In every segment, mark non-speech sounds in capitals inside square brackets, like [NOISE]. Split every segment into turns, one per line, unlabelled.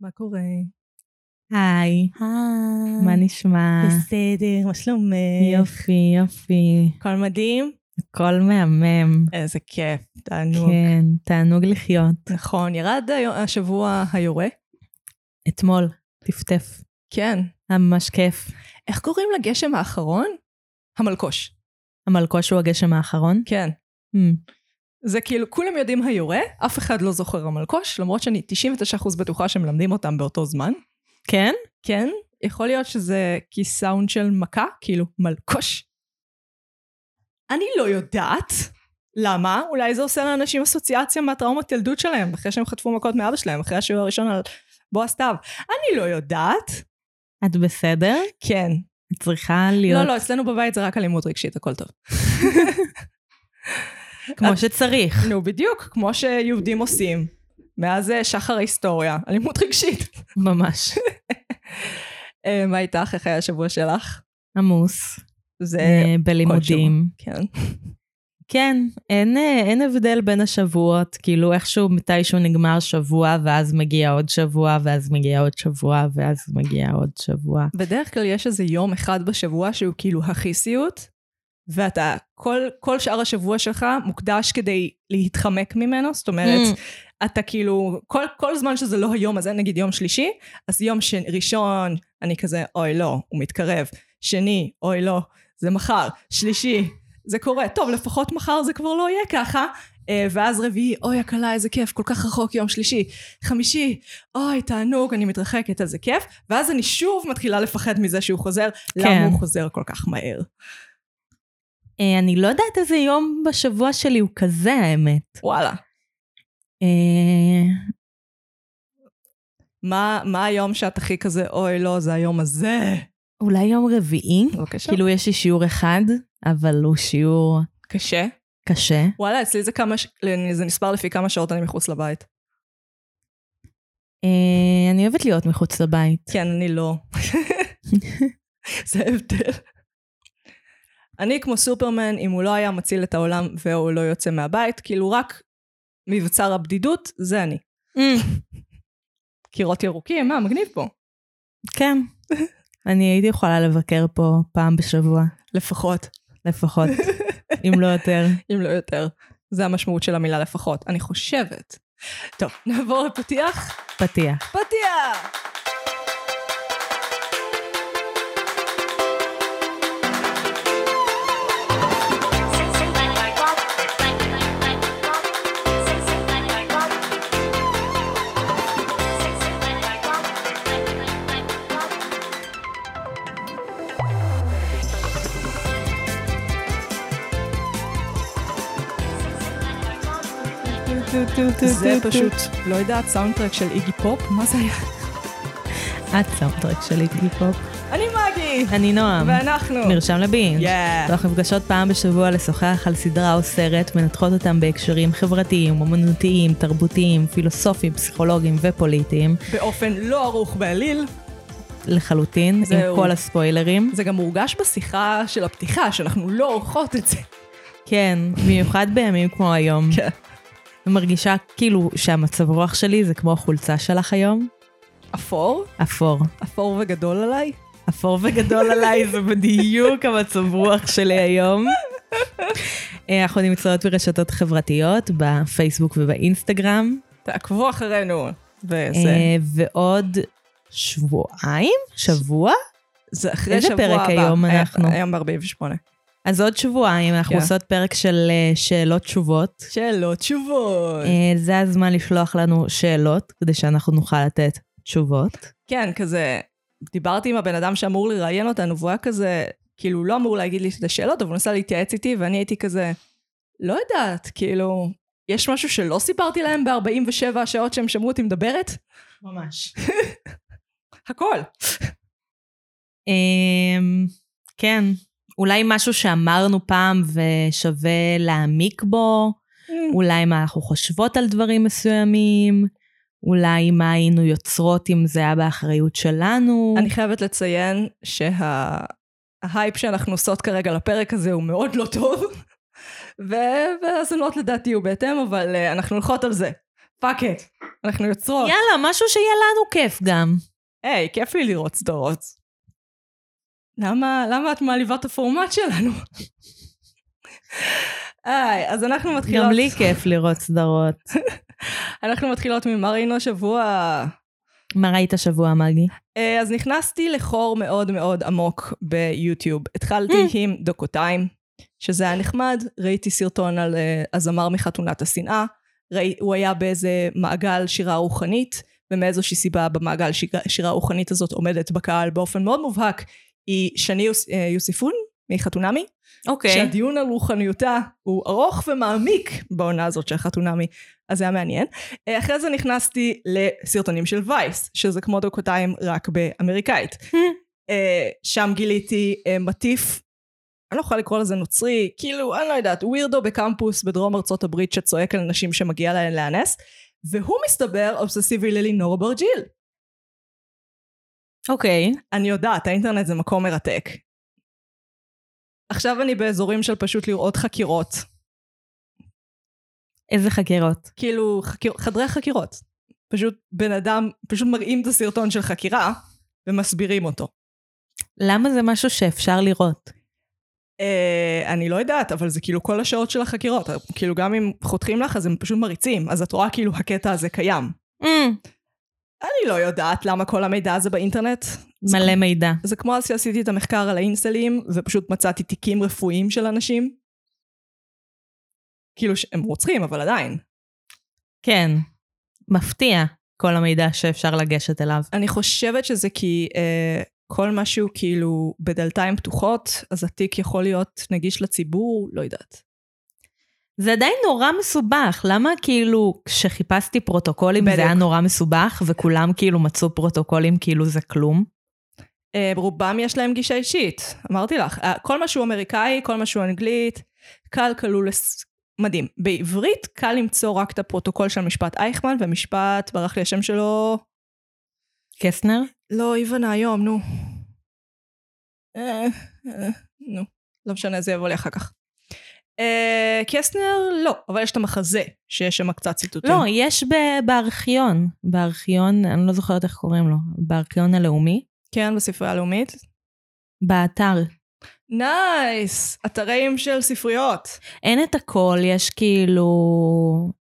מה קורה? היי,
היי.
מה נשמע?
בסדר, מה שלומך?
יופי, יופי.
הכל מדהים?
הכל מהמם.
איזה כיף, תענוג.
כן, תענוג לחיות.
נכון, ירד היום- השבוע היורה?
אתמול, טפטף.
כן.
היה ממש כיף.
איך קוראים לגשם האחרון? המלקוש.
המלקוש הוא הגשם האחרון.
כן.
Hmm,
זה כאילו, כולם יודעים היורה, אף אחד לא זוכר המלקוש, למרות שאני 99% בטוחה שמלמדים אותם באותו זמן.
כן?
כן, יכול להיות שזה כי סאונד של מכה, כאילו מלקוש. אני לא יודעת למה, אולי זה עושה לאנשים אסוציאציה מהטראומת ילדות שלהם, אחרי שהם חטפו מכות מאבא שלהם, אחרי השיעור הראשון על בועז סתיו. אני לא יודעת.
את בסדר?
כן.
את צריכה
לא,
להיות
לא, אצלנו בבית זה רק אלימות רגשית, הכל טוב.
כמו
את- [LAUGHS]
שצריך.
נו, בדיוק, כמו שיהודים עושים. מאז אה, שחר ההיסטוריה, אלימות רגשית.
ממש.
אה, מה איתך? איך היה השבוע שלך?
עמוס.
זה...
אה, בלימודים.
כן.
כן, אין, אה, אין הבדל בין השבועות, כאילו איכשהו מתישהו נגמר שבוע, ואז מגיע עוד שבוע, ואז מגיע עוד שבוע, ואז מגיע עוד שבוע.
בדרך כלל יש איזה יום אחד בשבוע שהוא כאילו הכי סיוט, ואתה, כל, כל שאר השבוע שלך מוקדש כדי להתחמק ממנו, זאת אומרת, אתה כאילו, כל, כל זמן שזה לא היום הזה, נגיד יום שלישי, אז יום ש... ראשון, אני כזה, אוי לא, הוא מתקרב, שני, אוי לא, זה מחר, שלישי, זה קורה, טוב, לפחות מחר זה כבר לא יהיה ככה. אה, ואז רביעי, אוי, הקלה, איזה כיף, כל כך רחוק יום שלישי. חמישי, אוי, תענוג, אני מתרחקת, איזה כיף. ואז אני שוב מתחילה לפחד מזה שהוא חוזר. כן. למה הוא חוזר כל כך מהר?
אה, אני לא יודעת איזה יום בשבוע שלי הוא כזה, האמת.
וואלה.
אה,
מה, מה היום שאת הכי כזה, אוי, לא, זה היום הזה?
אולי יום רביעי?
בבקשה.
כאילו, יש לי שיעור אחד, אבל הוא שיעור
קשה.
קשה.
וואלה, אצלי זה כמה, ש- זה נספר לפי כמה שעות אני מחוץ לבית.
אה, אני אוהבת להיות מחוץ לבית.
כן, אני לא. זה ההבדל. אני כמו סופרמן, אם הוא לא היה מציל את העולם והוא לא יוצא מהבית, כאילו רק מבצר הבדידות, זה אני. קירות ירוקים, מה, מגניב פה.
כן. [LAUGHS] אני הייתי יכולה לבקר פה פעם בשבוע,
לפחות,
לפחות, אם לא יותר.
אם לא יותר. זה המשמעות של המילה לפחות, אני חושבת. טוב, נעבור לפתיח.
פתיח.
פתיח!
Oh,
זה פשוט, לא יודעת, סאונדטרק של איגי פופ, מה זה היה?
את סאונדטרק שלי, גיפופ.
אני מגי!
אני נועם.
ואנחנו.
[LAUGHS] מרשם לבינג'.
Yeah.
אנחנו נפגשות פעם בשבוע לשוחח על סדרה או סרט, מנתחות אותם בהקשרים חברתיים, אומנותיים, תרבותיים, פילוסופיים, פסיכולוגיים ופוליטיים,
באופן לא ערוך בעליל.
לחלוטין,
זהו.
עם כל הספוילרים.
זה גם מורגש בשיחה של הפתיחה, שאנחנו לא עורכות את זה.
כן, במיוחד בימים כמו היום.
[LAUGHS] כן.
אני מרגישה כאילו שהמצב רוח שלי זה כמו החולצה שלך היום,
אפור?
אפור.
אפור וגדול עליי?
אפור
[LAUGHS]
וגדול עליי זה בדיוק המצב רוח שלי היום. אה, אנחנו נמצאות ברשתות חברתיות, בפייסבוק ובאינסטגרם.
תעקבו אחרינו. וזה...
אה, ועוד שבועיים? שבוע?
זה אחרי
איזה
שבוע
פרק
הבא.
היום אנחנו?
היום ב-48.
אז עוד שבועיים אנחנו
כן.
עושות פרק של אה, שאלות תשובות.
שאלות תשובות.
אה, זה הזמן לשלוח לנו שאלות, כדי שאנחנו נוכל לתת תשובות.
כן, כזה... דיברתי עם הבן אדם שאמור לראיין אותנו, והוא היה כזה... כאילו, הוא לא אמור להגיד לי את השאלות, אבל הוא ניסה להתייעץ איתי, ואני הייתי כזה... לא יודעת, כאילו... יש משהו שלא סיפרתי להם ב-47 השעות שהם שמעו אותי מדברת?
ממש.
הכל.
כן, אולי משהו שאמרנו פעם ושווה להעמיק בו,
אה,
אולי מה אנחנו חושבות על דברים מסוימים, אולי מה היינו יוצרות אם זה היה באחריות שלנו.
אני חייבת לציין שההייפ שאנחנו עושות כרגע לפרק הזה הוא מאוד לא טוב, ו- והאזנות לדעתי הוא בהתאם, אבל אה, אנחנו הולכות על זה. פאק את, אנחנו יוצרות.
יאללה, משהו שיהיה לנו כיף גם.
היי, כיף לי לראות סדרות. למה, למה את מעליבה את הפורמט שלנו? [LAUGHS] היי, אז אנחנו מתחילות...
גם לי כיף לראות סדרות.
אנחנו מתחילות ממרינו השבוע.
מה ראית השבוע, מגי?
אה, אז נכנסתי לחור מאוד מאוד עמוק ביוטיוב. התחלתי
Mm.
עם דוקותיים, שזה היה נחמד, ראיתי סרטון על אה, הזמר מחתונת השנאה, ראי, הוא היה באיזה מעגל שירה רוחנית, ומאיזושהי סיבה במעגל שירה, שירה רוחנית הזאת עומדת בקהל באופן מאוד מובהק, היא שני יוס, אה, יוסיפון מחתונמי,
אוקיי.
שהדיון על רוחניותה הוא ארוך ומעמיק בעונה הזאת של חתונמי, אז זה היה מעניין. אה, אחרי זה נכנסתי לסרטונים של וייס, שזה כמו דוקותיים רק באמריקאית. אה, שם גיליתי אה, מטיף, אני לא יכולה לקרוא לזה נוצרי, כאילו, אני לא יודעת, ווירדו בקמפוס בדרום ארצות הברית שצועק על נשים שמגיע להן לאנס, והוא מסתבר אובססיבי ללינור ברג'יל.
אוקיי.
אני יודעת, האינטרנט זה מקום מרתק. עכשיו אני באזורים של פשוט לראות חקירות.
איזה חקירות.
כאילו חקיר, חדרי חקירות. פשוט בן אדם, פשוט מראים את הסרטון של חקירה ומסבירים אותו.
למה זה משהו שאפשר לראות?
אה, אני לא יודעת, אבל זה כאילו כל השעות של החקירות. כאילו גם אם חותכים לך, אז הם פשוט מריצים. אז את רואה כאילו הקטע הזה קיים. אני לא יודעת למה כל המידע הזה באינטרנט.
מלא מידע.
זה כמו אז שעשיתי את המחקר על האינסלים, ופשוט מצאתי תיקים רפואיים של אנשים. כאילו שהם רוצחים, אבל עדיין.
כן. מפתיע, כל המידע שאפשר לגשת אליו.
אני חושבת שזה כי אה, כל משהו כאילו בדלתיים פתוחות, אז התיק יכול להיות נגיש לציבור, לא יודעת.
זה עדיין נורא מסובך, למה כאילו כשחיפשתי פרוטוקולים
בדיוק.
זה היה נורא מסובך, וכולם כאילו מצאו פרוטוקולים כאילו זה כלום?
אה, רובם יש להם גישה אישית, אמרתי לך. אה, כל מה שהוא אמריקאי, כל מה שהוא אנגלית, קל כלול לס... מדהים. בעברית קל למצוא רק את הפרוטוקול של משפט אייכמן, ומשפט, ברח לי השם שלו,
קסנר?
לא, איוונה היום, נו. אה, אה, נו, לא משנה, זה יבוא לי אחר כך. אה, קסטנר, לא, אבל יש את המחזה, שיש שם קצת ציטוטים.
לא, יש ב- בארכיון, בארכיון, אני לא זוכרת איך קוראים לו, בארכיון הלאומי,
כן, בספרייה הלאומית.
באתר.
נייס, אתרים של ספריות.
אין את הכל, יש כאילו...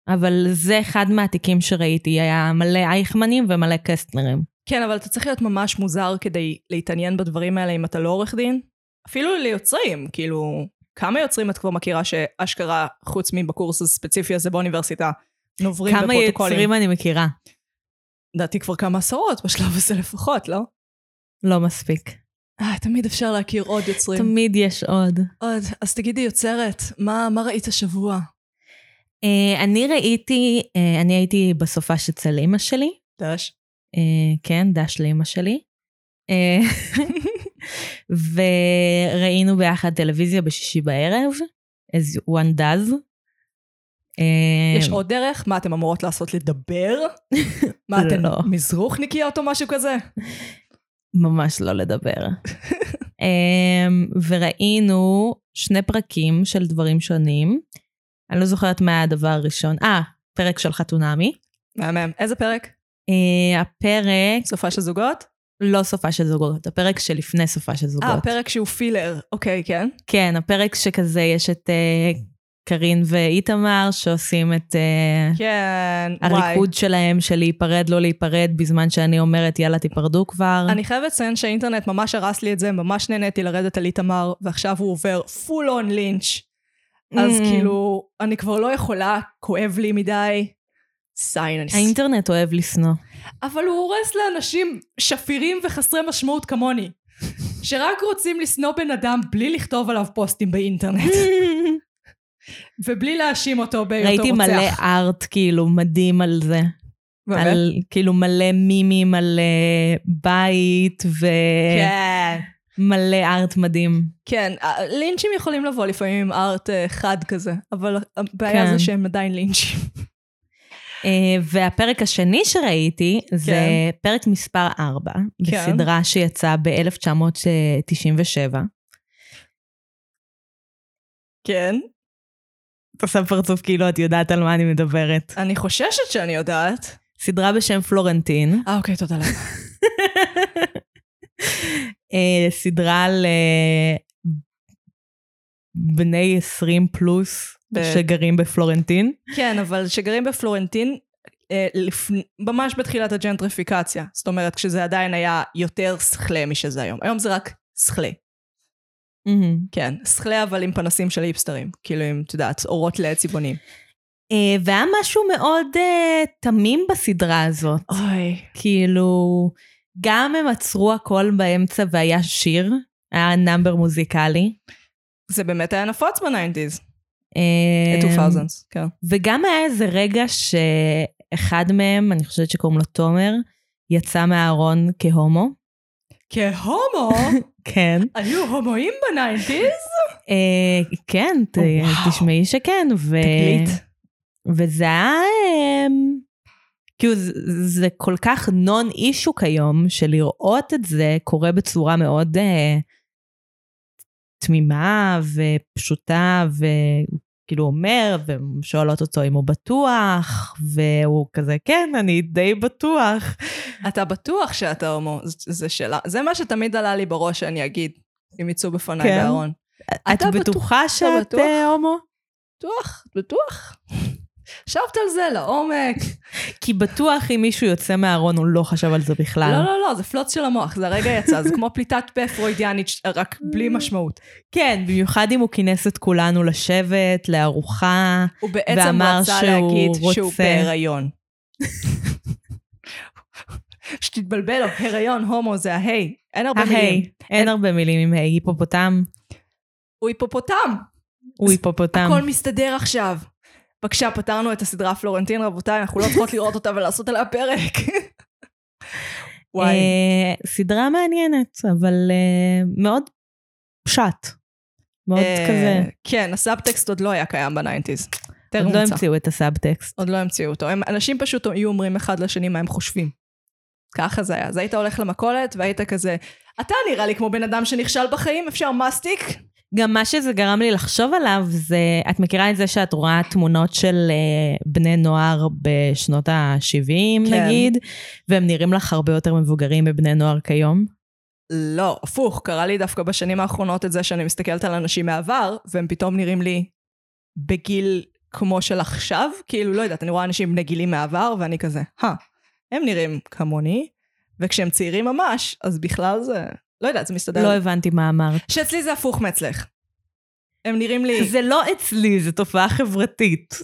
אבל זה אחד מהתיקים שראיתי, היה מלא אייכמנים ומלא קסטנרים.
כן, אבל אתה צריך להיות ממש מוזר כדי להתעניין בדברים האלה אם אתה לא עורך דין. אפילו ליוצרים, כאילו, כמה יוצרים את כבר מכירה שאשכרה, חוץ מבקורס הספציפי הזה באוניברסיטה, נוברים
כמה
בפרוטוקולים?
יצרים אני מכירה?
לדעתי כבר כמה עשרות בשלב הזה לפחות, לא?
לא מספיק.
אה, תמיד אפשר להכיר עוד יוצרים.
תמיד יש עוד.
עוד. אז תגידי, יוצרת, מה, מה ראית השבוע?
אה, אני ראיתי, אה, אני הייתי בסופה אצל אימא שלי,
דש.
אה, כן, דש לאימא שלי, אה, [LAUGHS] וראינו ביחד טלוויזיה בשישי בערב, as one does. אה,
יש עוד דרך? מה אתם אמורות לעשות? לדבר?
[LAUGHS]
מה אתן,
לא.
מזרוחניקיות או משהו כזה?
ממש לא
[LAUGHS]
לדבר. אמ, וראינו שני פרקים של דברים שונים. אני לא זוכרת מה היה הדבר הראשון. אה, פרק של חתונמי.
מהמם. איזה פרק?
אה, הפרק,
סופה של זוגות?
לא סופה של זוגות, הפרק שלפני סופה של זוגות.
אה, פרק שהוא פילר. אוקיי, כן.
כן, הפרק שכזה יש את אה, קארין ואיתמר שעושים את אה,
כן, וואי.
הריקוד שלהם של להיפרד, לא להיפרד, בזמן שאני אומרת יאללה תיפרדו כבר.
אני חייבת לציין שהאינטרנט ממש הרס לי את זה, ממש נהניתי לרדת על איתמר, ועכשיו הוא עובר full on לינץ'. אז
Mm.
כאילו, אני כבר לא יכולה, כואב לי מדי. סיינס.
האינטרנט אוהב לשנוא.
אבל הוא הורס לאנשים שפירים וחסרי משמעות כמוני, שרק רוצים לשנוא בן אדם בלי לכתוב עליו פוסטים באינטרנט, ובלי להאשים אותו בהיותו רוצח.
ראיתי מלא ארט כאילו מדהים על זה.
באמת?
על כאילו מלא מימים על אה, בית ומלא
כן.
ארט מדהים.
כן, ה- לינצ'ים יכולים לבוא לפעמים עם ארט אה, חד כזה, אבל הבעיה
כן.
זה שהם עדיין לינצ'ים.
אה, והפרק השני שראיתי זה
כן.
פרק מספר 4 בסדרה שיצאה ב-1997.
כן.
את עושה פרצוף כאילו את יודעת על מה אני מדברת.
אני חוששת שאני יודעת.
סדרה בשם
[LAUGHS]
פלורנטין,
אה, אוקיי, תודה לך.
אה, סדרה על אה, בני 20 פלוס
ב-
שגרים בפלורנטין.
כן, אבל שגרים בפלורנטין, אה, לפני, ממש בתחילת הג'נטריפיקציה. זאת אומרת, כשזה עדיין היה יותר סכלה משזה היום. היום זה רק סכלה. כן, סכלה אבל עם פנסים של היפסטרים. כאילו עם, את יודעת, אורות לעץ צבעוניים.
אה, והיה משהו מאוד אה, תמים בסדרה הזאת.
אוי.
כאילו, גם הם עצרו הכל באמצע והיה שיר, היה נאמבר מוזיקלי.
זה באמת היה נפוץ בניינטיז.
אה,
2000s, כן.
וגם היה איזה רגע שאחד מהם, אני חושבת שקוראים לו תומר, יצא מהארון כהומו.
כהומו?
כן.
היו הומואים בניינטיז?
אה, כן, ת,
וואו.
תשמעי שכן. ו... וזה היה... אה, כאילו, זה, זה כל כך נון אישו כיום, שלראות את זה קורה בצורה מאוד אה, תמימה ופשוטה, וכאילו אומר, ושואלות אותו אם הוא בטוח, והוא כזה, כן, אני די בטוח.
אתה בטוח שאתה הומו, ז- זו שאלה. זה מה שתמיד עלה לי בראש שאני אגיד, אם יצאו בפניי
כן.
בארון.
את
אתה בטוח-
בטוחה שאת
בטוח?
אה, הומו?
בטוח, בטוח. חשבת על זה לעומק.
כי בטוח אם מישהו יוצא מהארון, הוא לא חשב על זה בכלל.
לא, לא, לא, זה פלוץ של המוח, זה הרגע יצא, זה כמו פליטת פה פרוידיאנית, ש- רק בלי
Mm.
משמעות.
כן, במיוחד אם הוא כינס את כולנו לשבת, לארוחה.
הוא בעצם
ואמר
רצה
שהוא
להגיד שהוא
רוצה.
בהיריון. שתתבלבל לו, הריון, הומו, זה ההיי. אין הרבה מילים.
ההיי, אה, אין הרבה מילים עם היי, היפופוטם,
הוא היפופוטם.
הוא היפופוטם.
הכל מסתדר עכשיו. בבקשה, פתרנו את הסדרה פלורנטין, רבותיי, אנחנו לא צריכות לראות אותה ולעשות עליה פרק. [LAUGHS] וואי.
אה, סדרה מעניינת, אבל אה, מאוד פשט. מאוד
אה,
כזה.
כן, הסאבטקסט עוד לא היה קיים בניינטיז. טרם
עוד לא
הומצא.
המציאו את הסאבטקסט.
עוד לא המציאו אותו. הם, אנשים פשוט היו אומרים אחד לשני מה הם חושבים. ככה זה היה. אז היית הולך למכולת והיית כזה, אתה נראה לי כמו בן אדם שנכשל בחיים, אפשר מסטיק?
גם מה שזה גרם לי לחשוב עליו זה, את מכירה את זה שאת רואה תמונות של אה, בני נוער בשנות ה-70
כן.
נגיד, והם נראים לך הרבה יותר מבוגרים מבני נוער כיום?
לא, הפוך, קרה לי דווקא בשנים האחרונות את זה שאני מסתכלת על אנשים מהעבר, והם פתאום נראים לי בגיל כמו של עכשיו, כאילו, לא יודעת, אני רואה אנשים בני גילים מהעבר, ואני כזה, הא, הם נראים כמוני, וכשהם צעירים ממש, אז בכלל זה, לא יודעת, זה מסתדר.
לא
לי.
הבנתי מה אמרת.
שאצלי זה הפוך מאצלך. הם נראים לי
זה לא אצלי, זו תופעה חברתית,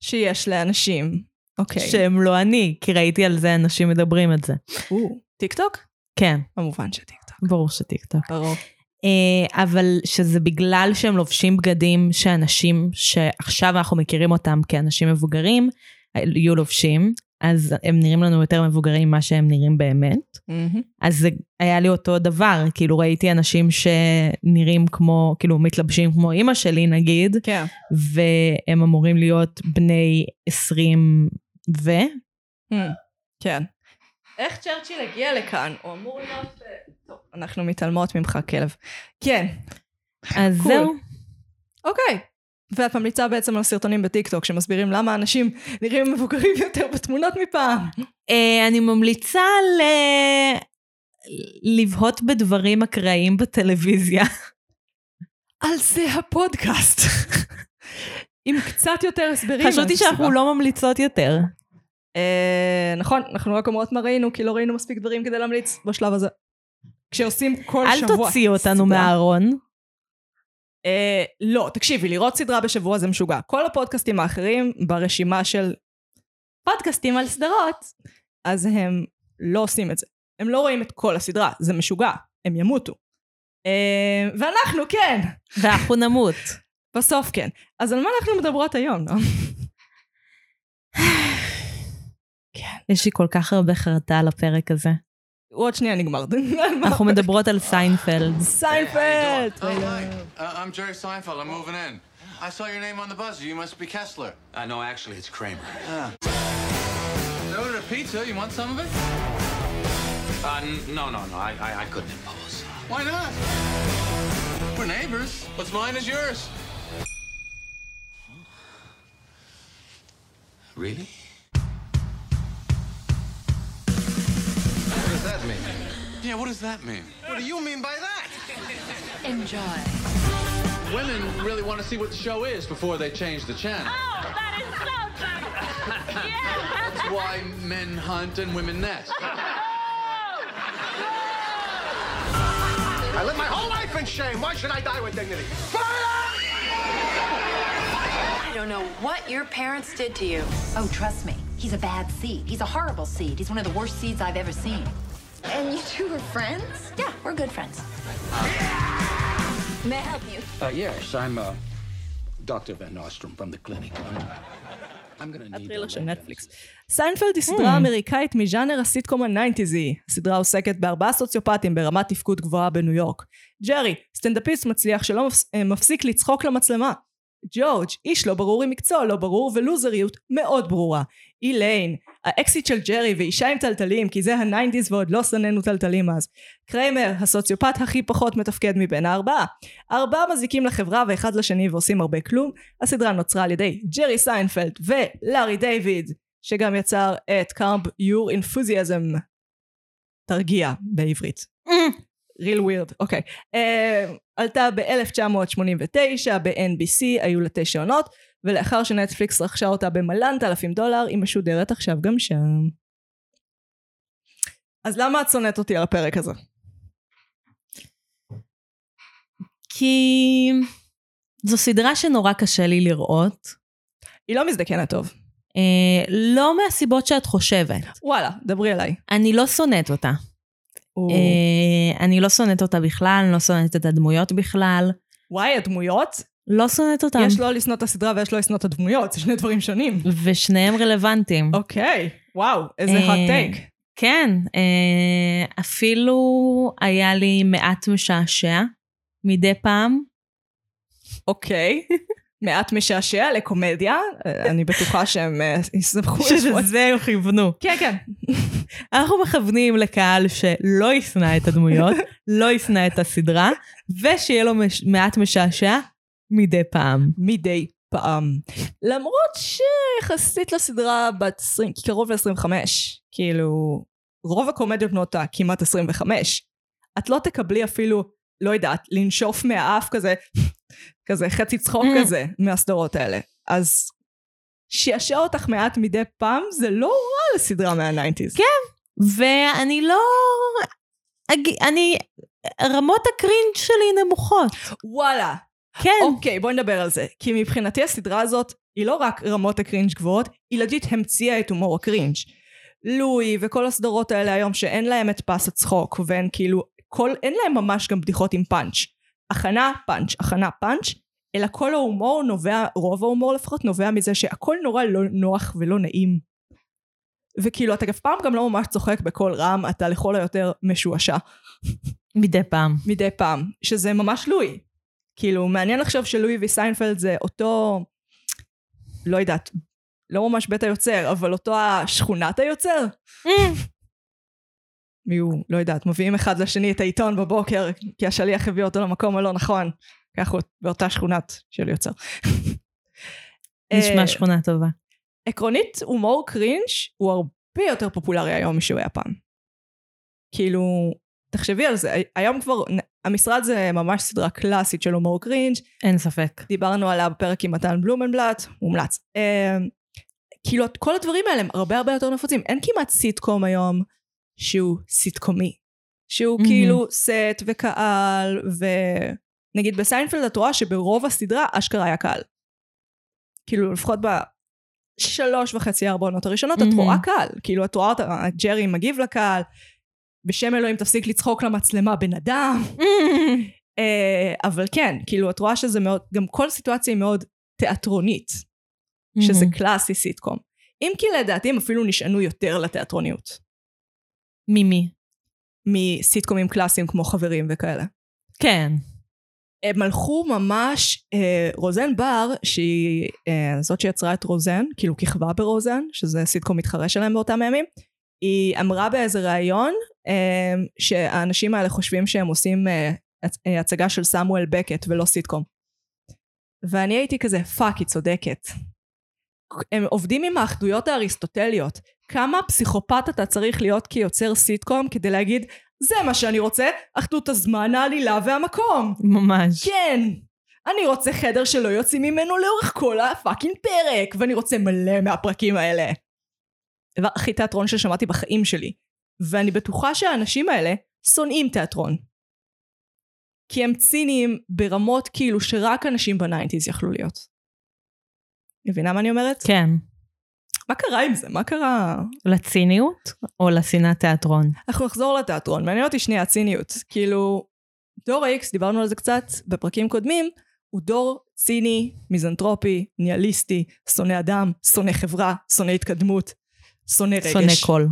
שיש לאנשים. אוקיי.
שהם לא אני, כי ראיתי על זה אנשים מדברים את זה.
או, טיק טוק?
כן,
כמובן שטיק טוק.
ברור שטיקטוק.
ברור.
אה, אבל שזה בגלל שהם לובשים בגדים שאנשים שעכשיו אנחנו מכירים אותם כאנשים מבוגרים, יהיו לובשים, אז הם נראים לנו יותר מבוגרים ממה שהם נראים באמת. אז זה היה לי אותו דבר, כאילו ראיתי אנשים שנראים כמו, כאילו מתלבשים כמו אימא שלי נגיד,
כן.
והם אמורים להיות בני 20 ו... Mm.
Hmm, כן. איך צ'רצ'יל הגיע לכאן? הוא אמור להיות... אה, טוב, אנחנו מתעלמות ממך, כלב. כן.
אז
קול.
זהו.
אוקיי. ואת ממליצה בעצם על סרטונים בטיקטוק שמסבירים למה אנשים נראים מבוגרים [LAUGHS] יותר בתמונות מפעם.
אה, אני ממליצה ל... לבהות בדברים
[LAUGHS]
אקראיים בטלוויזיה.
על זה הפודקאסט. [LAUGHS] עם קצת יותר הסברים.
חשבתי
אין סיבה.
שאנחנו לא ממליצות יותר.
אה, נכון, אנחנו רק אומרות מה ראינו, כי לא ראינו מספיק דברים כדי להמליץ בשלב הזה. כשעושים כל
אל
שבוע.
תוציאי אותנו
סדרה. [LAUGHS]
מהארון.
אה, לא, תקשיבי, לראות סדרה בשבוע זה משוגע. כל הפודקאסטים האחרים ברשימה של פודקאסטים על סדרות, אז הם לא עושים את זה. הם לא רואים את כל הסדרה, זה משוגע, הם ימותו. אה, ואנחנו כן,
ואנחנו נמות.
בסוף כן. אז על מה אנחנו מדברות היום, לא? נועם?
יש לי כל כך הרבה חרטה על הפרק הזה.
[LAUGHS] עוד שנייה נגמר. [LAUGHS]
אנחנו מדברות על סיינפלד.
סיינפלד!
Oh, hi. Uh, I'm Jerry Seinfeld. I'm moving in. I saw your name on the buzzer. You must be Kessler.
Uh, no, actually, it's Kramer.
I ordered a pizza. You want some of it?
Uh, n- no, no, no, I, I, I couldn't impose.
Why not? We're neighbors. What's mine is yours.
Really?
What does that mean?
Yeah, what does that mean?
What do you mean by that?
Enjoy.
Women really want to see what the show is before they change the channel.
Oh, that is so funny. [LAUGHS] Yeah.
That's why men hunt and women nest.
I lived my whole life in shame. Why should I die with dignity?
I don't know what your parents did to you.
Oh, trust me. He's a bad seed. He's a horrible seed. He's one of the worst seeds I've ever seen.
And you two are friends?
Yeah, we're good friends.
May I help you?
Uh, yes, I'm uh, Dr. Van Ostrom from the clinic. I'm, I'm gonna need...
הטרילר של נטפליקס. Hmm. סיינפלד היא סדרה אמריקאית מז'אנר הסitcom הניינטיזי. הסדרה עוסקת בארבעה סוציופטים ברמת תפקוד גבוהה בניו יורק. ג'רי, סטנדאפיסט מצליח שלא מפס- אה, מפסיק לצחוק למצלמה. ג'ורג', איש לא ברור עם מקצוע לא ברור ולוזריות מאוד ברורה. איליין, האקסיט של ג'רי ואישה עם טלטלים כי זה הניינטיז ועוד לא שנאנו טלטלים אז. קריימר, הסוציופט הכי פחות מתפקד מבין הארבעה. ארבעה מזיקים לחברה ואחד לשני ועושים הרבה כלום. הסדרה נוצרה על ידי ג'רי סיינפלד ולארי דיוויד, שגם יצר את קאמפ יור אינפוזיאזם. תרגיע בעברית. real weird, אוקיי. אה, עלתה ב-1989 ב-NBC, היו לה תשע עונות, ולאחר שנטפליקס רכשה אותה במלנת אלפים דולר, היא משודרת עכשיו גם שם. אז למה את שונאת אותי על הפרק הזה?
כי זו סדרה שנורא קשה לי לראות.
היא לא מזדקנת טוב.
אה, לא מהסיבות שאת חושבת.
וואלה, דברי עליי.
אני לא שונאת אותה. אה, אני לא שונאת אותה בכלל, אני לא שונאת את הדמויות בכלל.
וואי, הדמויות?
לא שונאת אותם.
יש לא לשנוא את הסדרה ויש לא לשנוא את הדמויות, זה שני דברים שונים.
ושניהם רלוונטיים.
אוקיי, וואו, איזה
אה,
hot take.
כן, אה, אפילו היה לי מעט משעשע מדי פעם.
אוקיי. מעט משעשע לקומדיה, אה, אני בטוחה שהם אה, יסמכו לשוות.
שזה הם כיוונו.
כן, כן.
אנחנו מכוונים לקהל שלא ישנא את הדמויות, לא ישנא את הסדרה, ושיהיה לו מש... מעט משעשע מדי פעם.
מדי פעם. למרות שיחסית לסדרה בת 20, קרוב ל-25, כאילו, רוב הקומדיות בנותה כמעט 25. את לא תקבלי אפילו, לא יודעת, לנשוף מהאף כזה, [LAUGHS] כזה חצי צחוק
Mm.
כזה, מהסדרות האלה. אז שישע אותך מעט מדי פעם, זה לא רע לסדרה מהניינטיז. כן.
ואני לא... אג- אני... רמות הקרינג' שלי נמוכות.
וואלה.
כן.
אוקיי, בואי נדבר על זה. כי מבחינתי הסדרה הזאת, היא לא רק רמות הקרינג' גבוהות, היא לג'יט המציאה את הומור הקרינג'. לואי וכל הסדרות האלה היום שאין להם את פס הצחוק, והן כאילו, כל, אין להם ממש גם בדיחות עם פאנץ'. הכנה פאנץ', הכנה פאנץ', אלא כל ההומור נובע, רוב ההומור לפחות נובע מזה שהכל נורא לא נוח ולא נעים. וכאילו, אתה אף פעם גם לא ממש צוחק בקול רם, אתה לכל היותר משועשע.
מדי פעם.
מדי פעם, שזה ממש לואי. כאילו, מעניין לחשוב שלואי וסיינפלד זה אותו, לא יודעת, לא ממש בית היוצר, אבל אותו השכונת היוצר. מי הוא, לא יודעת, מביאים אחד לשני את העיתון בבוקר, כי השליח הביא אותו למקום הלא נכון. ככה הוא באותה שכונת של יוצר.
נשמע
אה,
שכונה טובה.
עקרונית, הומור קרינג' הוא הרבה יותר פופולרי היום משהוא היה פעם. כאילו, תחשבי על זה, היום כבר, המשרד זה ממש סדרה קלאסית של הומור קרינג',
אין ספק.
דיברנו עליה בפרק עם מתן בלומנבלט, מומלץ. אה, כאילו, כל הדברים האלה הם הרבה הרבה יותר נפוצים. אין כמעט סיטקום היום שהוא סיטקומי. שהוא
מהמם.
כאילו סט וקהל, ונגיד בסיינפלד את רואה שברוב הסדרה אשכרה היה קהל. כאילו, לפחות בשלוש וחצי ארבע עונות הראשונות את
מהמם.
רואה קהל. כאילו, את רואה את את ג'רי מגיב לקהל, בשם אלוהים תפסיק לצחוק למצלמה, בן אדם. אה, אבל כן, כאילו, את רואה שזה מאוד, גם כל סיטואציה היא מאוד תיאטרונית, שזה קלאסי סיטקום. אם כי לדעתי הם אפילו נשענו יותר לתיאטרוניות,
מימי.
מסיטקומים קלאסיים כמו חברים וכאלה.
כן.
הם הלכו ממש, אה, רוזן בר, שהיא אה, זאת שיצרה את רוזן, כאילו כיכבה ברוזן, שזה סיטקום מתחרה שלהם באותם ימים, היא אמרה באיזה ראיון אה, שהאנשים האלה חושבים שהם עושים אה, הצ- אה, הצגה של סמואל בקט ולא סיטקום. ואני הייתי כזה, פאק, היא צודקת. הם עובדים עם האחדויות האריסטוטליות. כמה פסיכופת אתה צריך להיות כיוצר סיטקום כדי להגיד, זה מה שאני רוצה, אחדות הזמן, העלילה והמקום.
ממש.
כן! אני רוצה חדר שלא יוצאים ממנו לאורך כל הפאקינג פרק, ואני רוצה מלא מהפרקים האלה. הדבר הכי תיאטרון ששמעתי בחיים שלי. ואני בטוחה שהאנשים האלה שונאים תיאטרון. כי הם ציניים ברמות כאילו שרק אנשים בניינטיז יכלו להיות. מבינה מה אני אומרת?
כן.
מה קרה עם זה? מה קרה?
לציניות או לשנאת תיאטרון?
אנחנו נחזור לתיאטרון, מעניין אותי שנייה הציניות. כאילו, דור ה-X, דיברנו על זה קצת בפרקים קודמים, הוא דור ציני, מיזנטרופי, ניהליסטי, שונא אדם, שונא חברה, שונא התקדמות, שונא רגש.
שונא קול.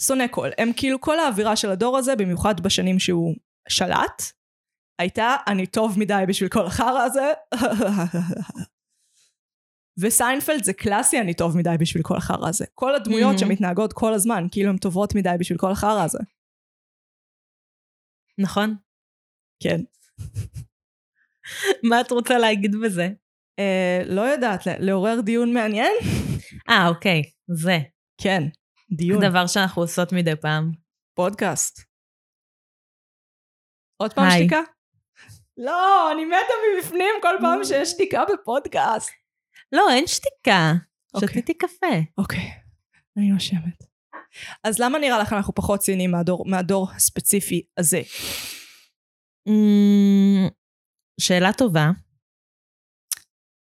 שונא כל. הם כאילו, כל האווירה של הדור הזה, במיוחד בשנים שהוא שלט, הייתה, אני טוב מדי בשביל כל החרא הזה. [LAUGHS] וסיינפלד זה קלאסי אני טוב מדי בשביל כל החרא הזה. כל הדמויות
Mhm.
שמתנהגות כל הזמן, כאילו הן טובות מדי בשביל כל החרא הזה.
נכון. [LAUGHS]
כן.
מה את רוצה להגיד בזה?
אה, לא יודעת, ל- לעורר דיון מעניין?
אה, אוקיי, זה.
כן, דיון,
דבר שאנחנו עושות מדי פעם.
פודקאסט. עוד פעם
היי.
שתיקה? לא, אני מתה מבפנים כל פעם שיש שתיקה בפודקאסט.
לא, אין שתיקה.
אוקיי.
שתיתי קפה.
אוקיי, אני נושמת. אז למה נראה לך אנחנו פחות ציניים מהדור, מהדור הספציפי הזה?
אמ, שאלה טובה.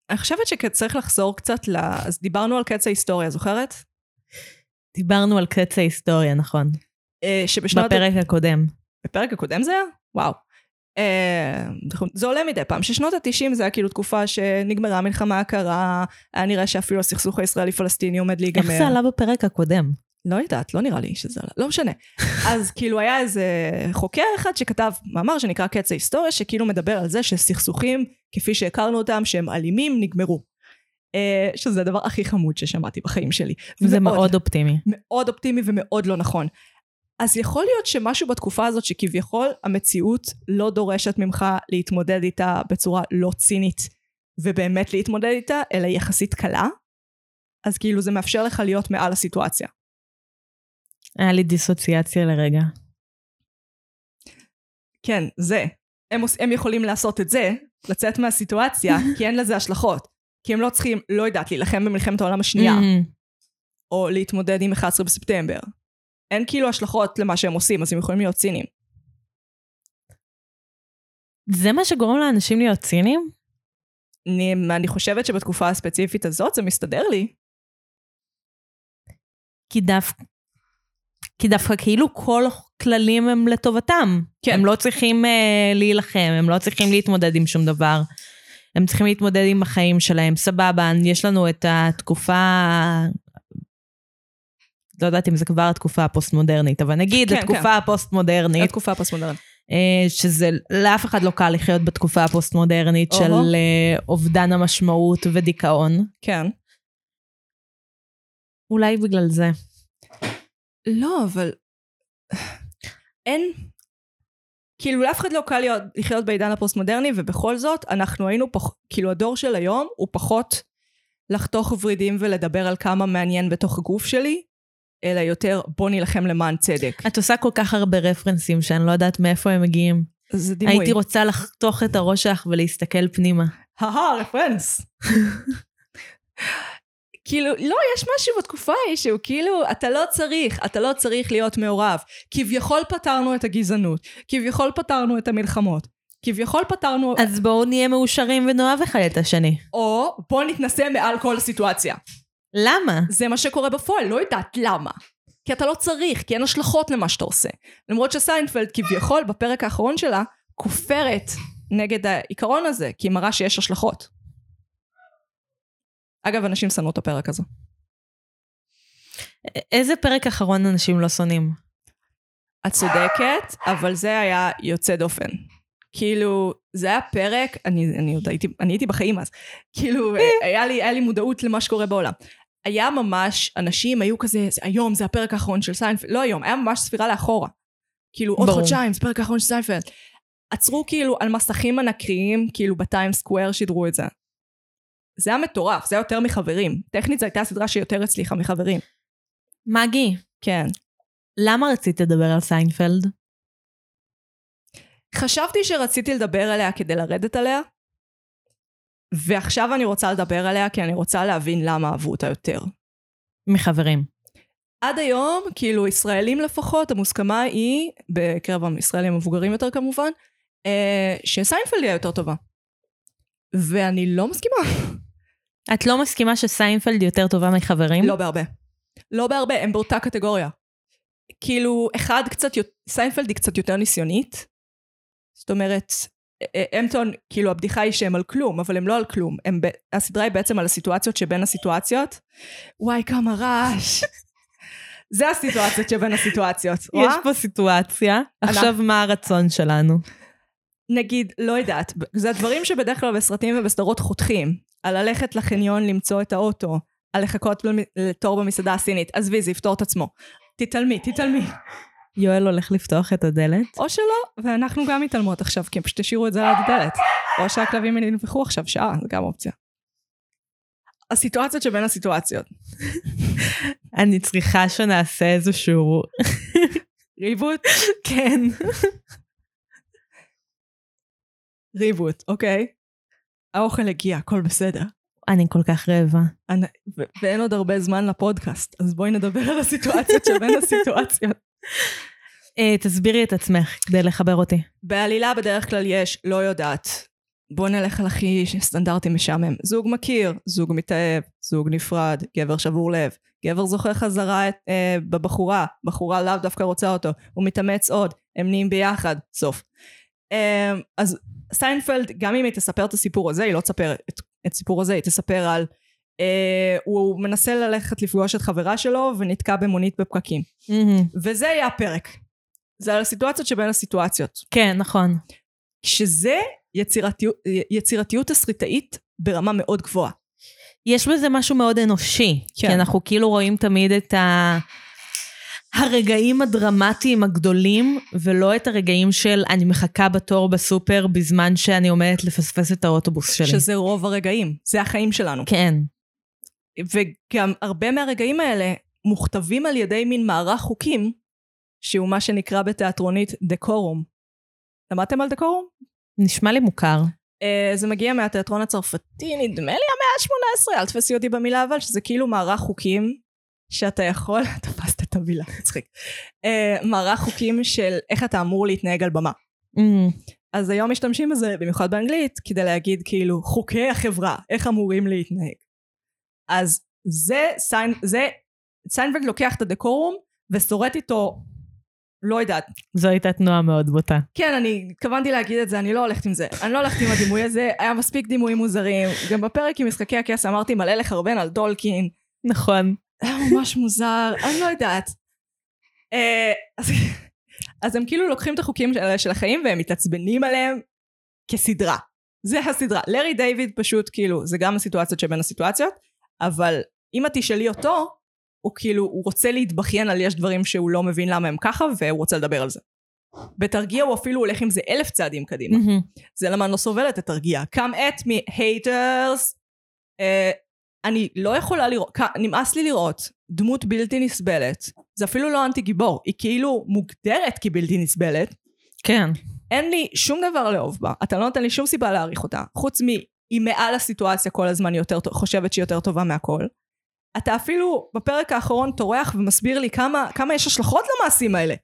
אני חושבת שצריך לחזור קצת ל... אז דיברנו על קץ ההיסטוריה, זוכרת?
דיברנו על קץ ההיסטוריה, נכון.
אה, שבשנות...
בפרק הקודם.
בפרק הקודם זה היה? וואו. אה, זה עולה מדי פעם, ששנות התשעים זה היה כאילו תקופה שנגמרה המלחמה הקרה, היה נראה שאפילו הסכסוך הישראלי-פלסטיני עומד להיגמר.
איך זה עלה בפרק הקודם?
לא יודעת, לא נראה לי שזה עלה, לא משנה. אז כאילו היה איזה חוקר אחד שכתב מאמר שנקרא קץ ההיסטוריה, שכאילו מדבר על זה שסכסוכים, כפי שהכרנו אותם, שהם אלימים, נגמרו. אה, שזה הדבר הכי חמוד ששמעתי בחיים שלי.
זה
מאוד.
מאוד אופטימי.
מאוד אופטימי ומאוד לא נכון. אז יכול להיות שמשהו בתקופה הזאת שכביכול המציאות לא דורשת ממך להתמודד איתה בצורה לא צינית ובאמת להתמודד איתה, אלא יחסית קלה, אז כאילו זה מאפשר לך להיות מעל הסיטואציה.
היה לי דיסוציאציה לרגע.
כן, זה. הם, עוש- הם יכולים לעשות את זה, לצאת מהסיטואציה, כי אין לזה השלכות. כי הם לא צריכים, לא יודעת, להילחם במלחמת העולם השנייה,
אמ,
או להתמודד עם 11 בספטמבר. אין כאילו השלכות למה שהם עושים, אז הם יכולים להיות ציניים.
זה מה שגורם לאנשים להיות ציניים?
אני, אני חושבת שבתקופה הספציפית הזאת זה מסתדר לי.
כי דווקא... כי דווקא כאילו כל כללים הם לטובתם.
כן.
הם לא צריכים אה, להילחם, הם לא צריכים להתמודד עם שום דבר. הם צריכים להתמודד עם החיים שלהם. סבבה, יש לנו את התקופה... לא יודעת אם זה כבר התקופה הפוסט-מודרנית, אבל נגיד
כן,
התקופה
כן.
הפוסט-מודרנית,
התקופה הפוסט-מודרנית.
אה, שזה לאף אחד לא קל לחיות בתקופה הפוסט-מודרנית של
אוהו.
אה, אובדן המשמעות ודיכאון.
כן.
אולי בגלל זה.
לא, אבל... [SIGHS] אין... כאילו לאף אחד לא קל להיות, לחיות בעידן הפוסט-מודרני, ובכל זאת אנחנו היינו פחות... כאילו הדור של היום הוא פחות לחתוך ורידים ולדבר על כמה מעניין בתוך הגוף שלי, אלא יותר בוא נילחם למען צדק.
את עושה כל כך הרבה רפרנסים שאני לא יודעת מאיפה הם מגיעים.
זה דימוי.
הייתי רוצה לחתוך את הראש שלך ולהסתכל פנימה.
הא רפרנס. כאילו, לא, יש משהו בתקופה ההיא שהוא כאילו, אתה לא צריך, אתה לא צריך להיות מעורב. כביכול פתרנו את הגזענות, כביכול פתרנו את המלחמות, כביכול פתרנו,
אז בואו נהיה מאושרים ונאהב אחד את השני.
או בוא נתנסה מעל כל הסיטואציה.
למה?
זה מה שקורה בפועל, לא יודעת למה. כי אתה לא צריך, כי אין השלכות למה שאתה עושה. למרות שסיינפלד כביכול בפרק האחרון שלה כופרת נגד העיקרון הזה, כי היא מראה שיש השלכות. אגב, אנשים שנאו את הפרק הזה.
א- איזה פרק אחרון אנשים לא שונאים?
את צודקת, אבל זה היה יוצא דופן. כאילו, זה היה פרק, אני, אני עוד הייתי, אני הייתי בחיים אז, כאילו, אה, היה לי, היה לי מודעות למה שקורה בעולם. היה ממש, אנשים היו כזה, "זה- היום זה הפרק האחרון של סיינפלד, לא היום, היה ממש ספירה לאחורה. כאילו, עוד
ברור.
חודשיים, זה הפרק האחרון של סיינפלד. עצרו כאילו על מסכים ענקיים, כאילו בטיים סקוואר שידרו את זה. זה היה מטורף, זה היה יותר מחברים. טכנית זו הייתה הסדרה שיותר הצליחה מחברים.
מגי,
כן.
למה רצית לדבר על סיינפלד?
חשבתי שרציתי לדבר עליה כדי לרדת עליה, ועכשיו אני רוצה לדבר עליה כי אני רוצה להבין למה אהבו אותה יותר.
מחברים.
עד היום, כאילו ישראלים לפחות, המוסכמה היא, בקרב הישראלים המבוגרים יותר כמובן, אה, שסיינפלד היא היותר טובה. ואני לא מסכימה.
את לא מסכימה שסיינפלד יותר טובה מחברים?
לא בהרבה. לא בהרבה, הם באותה קטגוריה. כאילו, אחד קצת, יו- סיינפלד היא קצת יותר ניסיונית. זאת אומרת, א- א- המפטון, כאילו הבדיחה היא שהם על כלום, אבל הם לא על כלום. הם, ב- הסדרה היא בעצם על הסיטואציות שבין הסיטואציות. וואי, כמה רעש. [LAUGHS] זה הסיטואציות שבין הסיטואציות.
יש
רואה?
פה סיטואציה. עכשיו מה הרצון שלנו?
נגיד, לא יודעת, ב- זה הדברים שבדרך כלל בסרטים ובסדרות חותכים, על ללכת לחניון למצוא את האוטו, על לחכות במ- לתור במסעדה הסינית, עזבי, זה יפתור את עצמו. תתעלמי, תתעלמי.
יואל הולך לפתוח את הדלת.
או שלא, ואנחנו גם מתעלמות עכשיו, כי הם פשוט השאירו את זה ליד הדלת. או שהכלבים האלה ינבחו עכשיו שעה, זה גם אופציה. הסיטואציות שבין הסיטואציות.
אני צריכה שנעשה איזשהו...
ריבוט,
כן.
ריבוט, אוקיי? האוכל הגיע, הכל בסדר.
אני כל כך רעבה.
אני- ו- ואין עוד הרבה זמן לפודקאסט, אז בואי נדבר על הסיטואציות שבין הסיטואציות.
אה, תסבירי את עצמך כדי לחבר אותי.
בעלילה בדרך כלל יש, לא יודעת. בוא נלך על הכי סטנדרטי משעמם. זוג מכיר, זוג מתאהב, זוג נפרד, גבר שבור לב. גבר זוכר חזרה את, אה, בבחורה, בחורה לאו דווקא רוצה אותו, הוא מתאמץ עוד, הם נהיים ביחד, סוף. אה, אז סיינפלד, גם אם היא תספר את הסיפור הזה, היא לא תספר את, את הסיפור הזה, היא תספר על... אה, הוא מנסה ללכת לפגוש את חברה שלו ונתקע במונית בפקקים. וזה יהיה הפרק. זה על הסיטואציות שבין הסיטואציות.
כן, נכון.
שזה יצירתיות, יצירתיות תסריטאית ברמה מאוד גבוהה.
יש בזה משהו מאוד אנושי.
כן.
כן. כי אנחנו כאילו רואים תמיד את ה... הרגעים הדרמטיים הגדולים, ולא את הרגעים של אני מחכה בתור בסופר בזמן שאני עומדת לפספס את האוטובוס שלי.
שזה רוב הרגעים, זה החיים שלנו.
כן.
וגם הרבה מהרגעים האלה מוכתבים על ידי מין מערך חוקים, שהוא מה שנקרא בתיאטרונית דקורום. למדתם על דקורום?
נשמע לי מוכר.
Uh, זה מגיע מהתיאטרון הצרפתי, נדמה לי המאה ה-18, אל תפסי אותי במילה אבל, שזה כאילו מערך חוקים שאתה יכול, [LAUGHS] תפסת את המילה, מצחיק. Uh, מערך חוקים של איך אתה אמור להתנהג על במה. אז היום משתמשים בזה, במיוחד באנגלית, כדי להגיד כאילו חוקי החברה, איך אמורים להתנהג. אז זה, סיין, זה, סיינברג לוקח את הדקורום ושורט איתו, לא יודעת,
זו הייתה תנועה מאוד בוטה.
כן, אני התכוונתי להגיד את זה, אני לא הולכת עם זה. אני לא הולכת עם הדימוי הזה, היה מספיק דימויים מוזרים. גם בפרק עם משחקי הכס אמרתי מלא לחרבן על דולקין.
נכון.
היה ממש מוזר, אני לא יודעת. אה, אז- אז הם כאילו לוקחים את החוקים של- של החיים והם מתעצבנים עליהם כסדרה. זה הסדרה. לארי דיוויד פשוט כאילו, זה גם הסיטואציות שבין הסיטואציות, אבל אם את תשאלי אותו, הוא כאילו, הוא רוצה להתבכיין על יש דברים שהוא לא מבין למה הם ככה, והוא רוצה לדבר על זה. בתרגיע הוא אפילו הולך עם זה אלף צעדים קדימה. זה למה אני לא סובלת את תרגיע. Come at me, haters. Uh, אני לא יכולה לראות, כ- נמאס לי לראות דמות בלתי נסבלת. זה אפילו לא אנטי גיבור, היא כאילו מוגדרת כבלתי נסבלת.
כן.
אין לי שום דבר לאהוב בה, אתה לא נותן לי שום סיבה להעריך אותה, חוץ מ... היא מעל הסיטואציה כל הזמן, היא יותר, טו- חושבת שהיא יותר טובה מהכל. אתה אפילו בפרק האחרון טורח ומסביר לי כמה, כמה יש השלכות למעשים האלה.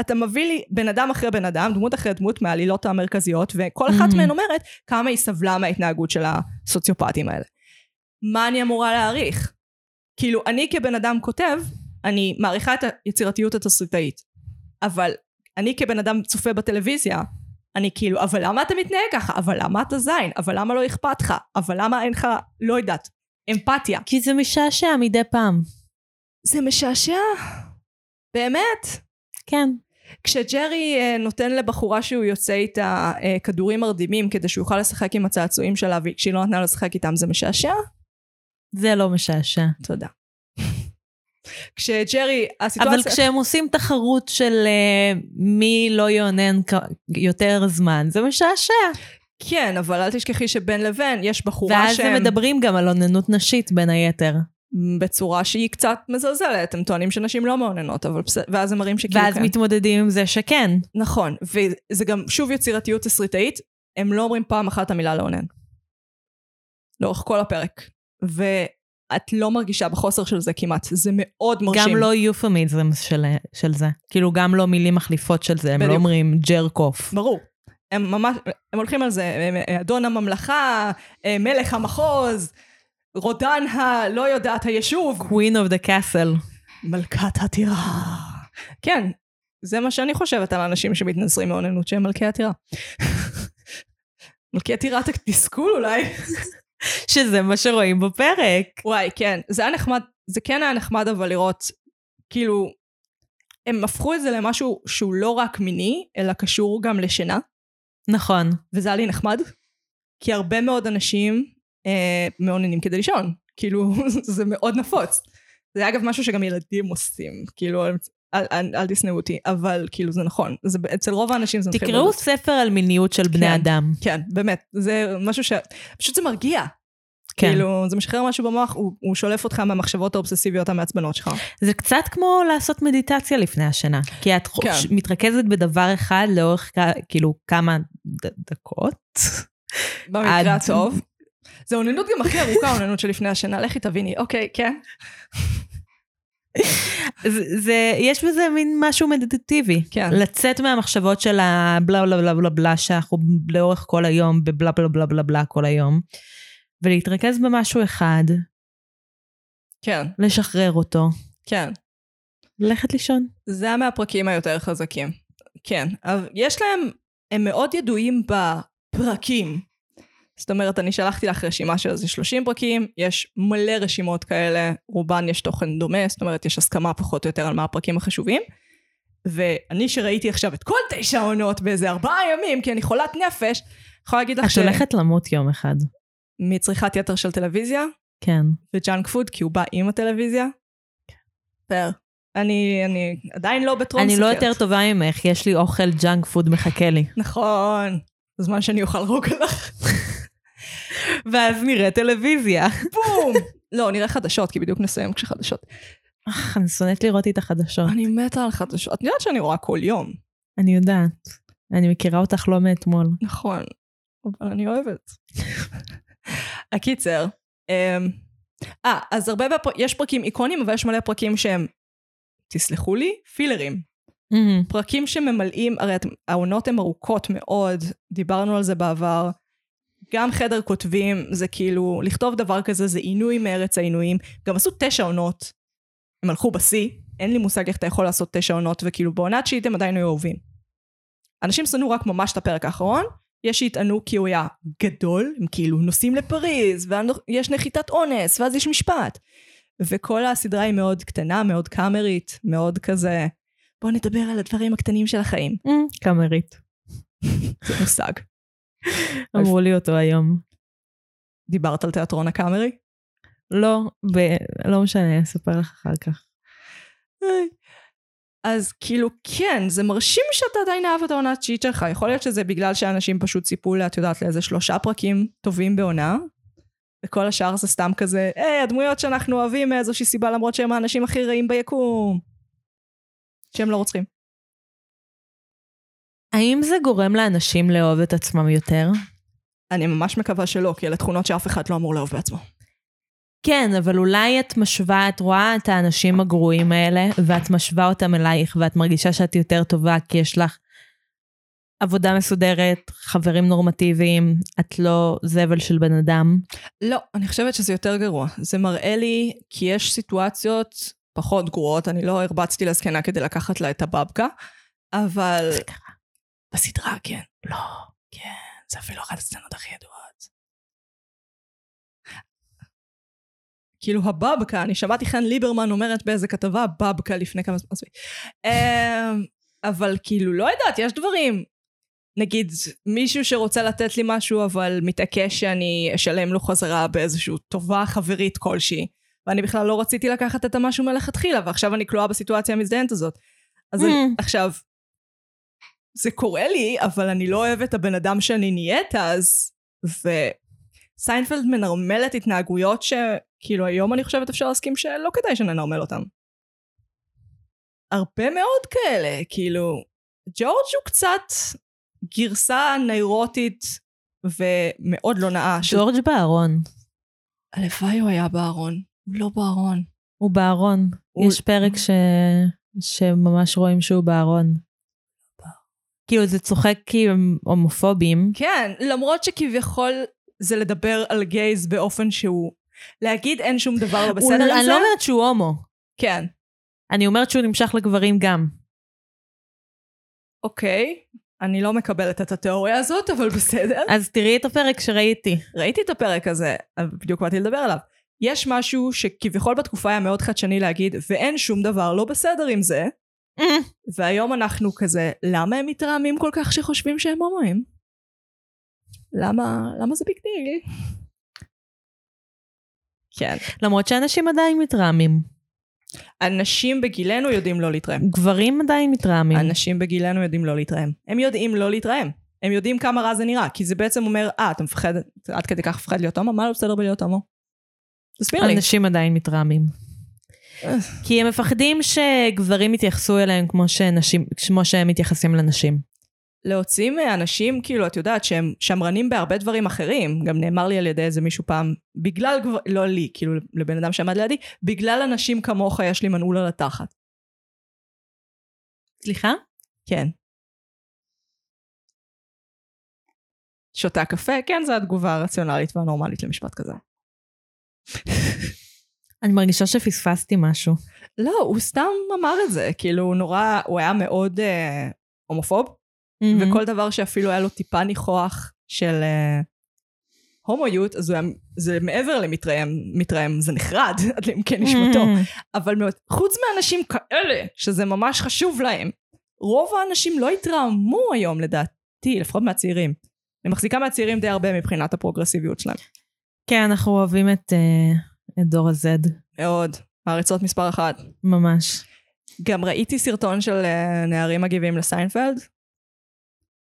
אתה מביא לי בן אדם אחרי בן אדם, דמות אחרי דמות מהעלילות המרכזיות, וכל אחת
Mhm.
מהן אומרת כמה היא סבלה מההתנהגות של הסוציופטים האלה. מה אני אמורה להעריך? כאילו, אני כבן אדם כותב, אני מעריכה את היצירתיות התסריטאית. אבל אני כבן אדם צופה בטלוויזיה, אני כאילו, אבל למה אתה מתנהג ככה? אבל למה אתה זין? אבל למה לא אכפת לך? אבל למה אין לך, לא יודעת, אמפתיה?
כי זה משעשע מדי פעם.
זה משעשע. באמת?
כן.
כשג'רי אה, נותן לבחורה שהוא יוצא איתה אה, כדורים מרדימים כדי שהוא יוכל לשחק עם הצעצועים שלה וכשהיא לא נתנה לו לשחק איתם זה משעשע?
זה לא משעשע.
תודה. [LAUGHS] כשג'רי,
אבל
הסיטואציה...
כשהם עושים תחרות של אה, מי לא יאונן כ- יותר זמן, זה משעשע.
כן, אבל אל תשכחי שבין לבין יש בחורה
ואז
שהם...
הם מדברים גם על אוננות נשית בין היתר.
בצורה שהיא קצת מזלזלת. הם טוענים שנשים לא מאוננות, אבל בסדר, ואז הם מראים שכאילו
ואז
כן.
מתמודדים עם זה שכן.
נכון, וזה גם שוב יצירתיות תסריטאית, הם לא אומרים פעם אחת את המילה לאונן. לאורך כל הפרק. ואת לא מרגישה בחוסר של זה כמעט, זה מאוד מרשים.
גם לא יופמיזמס של, של זה. כאילו, גם לא מילים מחליפות של זה, הם לא
בדיוק.
אומרים ג'רק אוף.
ברור. הם ממש, הם הולכים על זה, הם- הם- אדון הממלכה, אה, מלך המחוז, רודן הלא יודעת היישוב,
Queen of the castle.
מלכת הטירה. כן, זה מה שאני חושבת על אנשים שמתנסרים מאוננות שהם מלכי הטירה. מלכי הטירת התסכול אולי.
שזה מה שרואים בפרק.
וואי, כן, זה היה נחמד, זה כן היה נחמד אבל לראות, כאילו, הם הפכו את זה למשהו שהוא לא רק מיני, אלא קשור גם לשינה.
נכון.
וזה היה לי נחמד, כי הרבה מאוד אנשים אה, מאוננים כדי לישון. כאילו, [LAUGHS] זה מאוד נפוץ. זה אגב משהו שגם ילדים עושים, כאילו, אל, אל, אל תשנאו אותי, אבל כאילו זה נכון. זה, אצל רוב האנשים זה מתחיל
תקראו
בילדות.
ספר על מיניות של בני
כן.
אדם.
כן, באמת, זה משהו ש... פשוט זה מרגיע.
כן.
כאילו, זה משחרר משהו במוח, הוא, הוא שולף אותך מהמחשבות האובססיביות המעצבנות שלך.
זה קצת כמו לעשות מדיטציה לפני השינה. כי את
כן.
כן. מתרכזת בדבר אחד לאורך כ- כאילו כמה ד- דקות.
במקרה
עד-
הטוב. זה אוננות גם הכי ארוכה, אוננות שלפני השינה, לכי תביני. אוקיי, כן.
זה, זה, יש בזה מין משהו מדיטטיבי.
כן.
לצאת מהמחשבות של הבלה בלה בלה בלה בלה, שאנחנו לאורך כל היום בבלה בלה בלה בלה בלה כל היום, ולהתרכז במשהו אחד,
כן,
לשחרר אותו,
כן.
ללכת לישון.
זה היה מהפרקים היותר חזקים. כן. אבל יש להם, הם מאוד ידועים בפרקים. זאת אומרת, אני שלחתי לך רשימה של איזה 30 פרקים, יש מלא רשימות כאלה, רובן יש תוכן דומה, זאת אומרת, יש הסכמה פחות או יותר על מה הפרקים החשובים. ואני שראיתי עכשיו את כל תשע העונות באיזה ארבעה ימים, כי אני חולת נפש, יכולה להגיד לך
את הולכת למות יום אחד.
שמצריכת יתר של טלוויזיה,
כן.
וג'אנק פוד, כי הוא בא עם הטלוויזיה. פר. אני, אני עדיין לא בטרום
אני לא
סוכרת.
יותר טובה ממך, יש לי אוכל ג'אנק פוד מחכה לי.
נכון, בזמן שאני אוכל רוגלח.
ואז נראה טלוויזיה.
בום! לא, נראה חדשות, כי בדיוק נסיים כשחדשות.
אך, אני שונאת לראות את החדשות.
אני מתה על חדשות. את יודעת שאני רואה כל יום.
אני יודעת. אני מכירה אותך לא מאתמול.
נכון, אבל אני אוהבת. הקיצר, אמ, אה, אז הרבה, בפר... יש פרקים איקונים, אבל יש מלא פרקים שהם, תסלחו לי, פילרים.
Mm-hmm.
פרקים שממלאים, הרי את- העונות הן ארוכות מאוד, דיברנו על זה בעבר. גם חדר כותבים, זה כאילו, לכתוב דבר כזה זה עינוי מארץ העינויים. גם עשו תשע עונות, הם הלכו בשיא, אין לי מושג איך אתה יכול לעשות תשע עונות, וכאילו בעונה התשיעית הם עדיין היו אהובים. אנשים שנאו רק ממש את הפרק האחרון, יש שיטענו כי הוא היה גדול, הם כאילו נוסעים לפריז, ויש נחיתת אונס, ואז יש משפט. וכל הסדרה היא מאוד קטנה, מאוד קאמרית, מאוד כזה, בוא נדבר על הדברים הקטנים של החיים.
Mm-hmm. קאמרית.
זה מושג.
אמרו לי אותו היום.
דיברת על תיאטרון הקאמרי?
לא, ב- לא משנה, אני אספר לך אחר כך.
היי. אז כאילו, כן, זה מרשים שאתה עדיין אהב את העונה התשיעית שלך. יכול להיות שזה בגלל שאנשים פשוט ציפו, לה, את יודעת, לאיזה שלושה פרקים טובים בעונה, וכל השאר זה סתם כזה, היי, הדמויות שאנחנו אוהבים מאיזושהי סיבה, למרות שהם האנשים הכי רעים ביקום. שהם לא רוצחים.
האם זה גורם לאנשים לאהוב את עצמם יותר?
אני ממש מקווה שלא, כי אלה תכונות שאף אחד לא אמור לאהוב בעצמו.
כן, אבל אולי את משווה, את רואה את האנשים הגרועים האלה, ואת משווה אותם אלייך, ואת מרגישה שאת יותר טובה כי יש לך עבודה מסודרת, חברים נורמטיביים, את לא זבל של בן אדם.
לא, אני חושבת שזה יותר גרוע. זה מראה לי כי יש סיטואציות פחות גרועות, אני לא הרבצתי לזקנה כדי לקחת לה את הבבקה, אבל... זה קרה. בסדרה, כן. לא. כן, זה אפילו אחת הסצנות הכי ידועות. כאילו הבבקה, אני שמעתי חן ליברמן אומרת באיזה כתבה, בבקה לפני כמה זמן, עזבי. אמ, אבל כאילו, לא יודעת, יש דברים. נגיד, מישהו שרוצה לתת לי משהו, אבל מתעקש שאני אשלם לו חזרה באיזושהי טובה חברית כלשהי, ואני בכלל לא רציתי לקחת את המשהו מלכתחילה, ועכשיו אני כלואה בסיטואציה המזדיינת הזאת. אז אני,
Mm.
עכשיו, זה קורה לי, אבל אני לא אוהבת את הבן אדם שאני נהיית אז, וסיינפלד מנרמלת התנהגויות שכאילו היום אני חושבת אפשר להסכים שלא כדאי שננרמל אותן. הרבה מאוד כאלה, כאילו, ג'ורג' הוא קצת גרסה ניירוטית ומאוד לא נאה של...
ג'ורג' בארון.
הלוואי הוא היה בארון, הוא לא בארון.
הוא בארון.
הוא-
יש פרק ש... שממש רואים שהוא בארון. כאילו זה צוחק כי הם הומופובים.
כן, למרות שכביכול זה לדבר על גייז באופן שהוא... להגיד אין שום דבר לא
הוא-
בסדר עם
אני
זה?
לא אומרת שהוא הומו.
כן.
אני אומרת שהוא נמשך לגברים גם.
אוקיי, אני לא מקבלת את התיאוריה הזאת, אבל בסדר.
אז תראי את הפרק שראיתי.
ראיתי את הפרק הזה, אבל בדיוק באתי לדבר עליו. יש משהו שכביכול בתקופה היה מאוד חדשני להגיד, ואין שום דבר לא בסדר עם זה, והיום אנחנו כזה, למה הם מתרעמים כל כך שחושבים שהם הומואים? למה, למה זה ביג דיל? כן.
למרות שאנשים עדיין מתרעמים.
אנשים בגילנו יודעים לא להתרעם.
גברים עדיין מתרעמים.
אנשים בגילנו יודעים לא להתרעם. הם יודעים לא להתרעם. הם יודעים כמה רע זה נראה, כי זה בעצם אומר, אה, אתה מפחד, אתה עד כדי כך מפחד להיות הומו? מה לא בסדר בלהיות הומו? תסביר לי.
אנשים עדיין מתרעמים.
אה.
כי הם מפחדים שגברים יתייחסו אליהם כמו, שנשים, כמו שהם מתייחסים לנשים.
להוציא מאנשים, כאילו, את יודעת, שהם שמרנים בהרבה דברים אחרים, גם נאמר לי על ידי איזה מישהו פעם, בגלל, גבר- לא לי, כאילו, לבן אדם שעמד לידי, בגלל אנשים כמוך יש לי מנעול על התחת.
סליחה?
כן. שותה קפה, כן, זו התגובה הרציונלית והנורמלית למשפט כזה.
אני מרגישה שפספסתי משהו.
לא, הוא סתם אמר את זה, כאילו הוא נורא, הוא היה מאוד אה, הומופוב,
מהמם.
וכל דבר שאפילו היה לו טיפה ניחוח של אה, הומואיות, אז הוא היה, זה מעבר למתרעם, מתרעם זה נחרד, [LAUGHS] עד
Mm-hmm.
לעמקי נשמתו.
מהמם.
אבל מאוד, חוץ מאנשים כאלה, שזה ממש חשוב להם, רוב האנשים לא התרעמו היום לדעתי, לפחות מהצעירים. אני מחזיקה מהצעירים די הרבה מבחינת הפרוגרסיביות שלהם.
כן, אנחנו אוהבים את, אה, את דור ה-Z,
מאוד. מעריצות מספר אחת.
ממש.
גם ראיתי סרטון של אה, נערים מגיבים לסיינפלד,
כאילו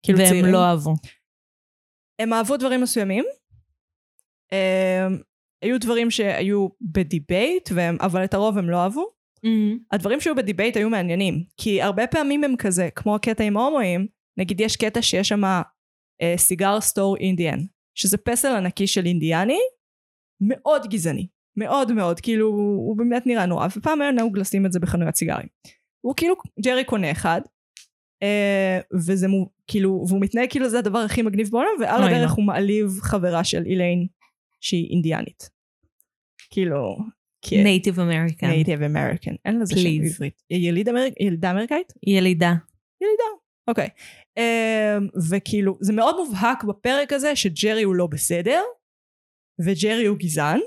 כאילו
והם
צעירים.
לא אהבו.
הם אהבו דברים מסוימים. הם, היו דברים שהיו בדיבייט, והם, אבל את הרוב הם לא אהבו.
Mm-hmm.
הדברים שהיו בדיבייט היו מעניינים, כי הרבה פעמים הם כזה, כמו הקטע עם ההומואים, נגיד יש קטע שיש שם אה, סיגר סטור אינדיאן, שזה פסל ענקי של אינדיאני, מאוד גזעני, מאוד מאוד, כאילו הוא באמת נראה נורא, ופעם היה נהוג לשים את זה בחנויות סיגרים. הוא כאילו, ג'רי קונה אחד, אה, וזה מו, כאילו, והוא מתנהג כאילו זה הדבר הכי מגניב בעולם, ועל
אוי,
הדרך
לא.
הוא מעליב חברה של איליין שהיא אינדיאנית. כאילו, כי...
נייטיב אמריקן.
נייטיב אמריקן, אין לזה שם
כן. Please.
בעברית. יליד אמריק... ילדה אמריקאית?
ילידה.
ילידה, אוקיי. אמ, וכאילו, זה מאוד מובהק בפרק הזה שג'רי הוא לא בסדר, וג'רי הוא גזען,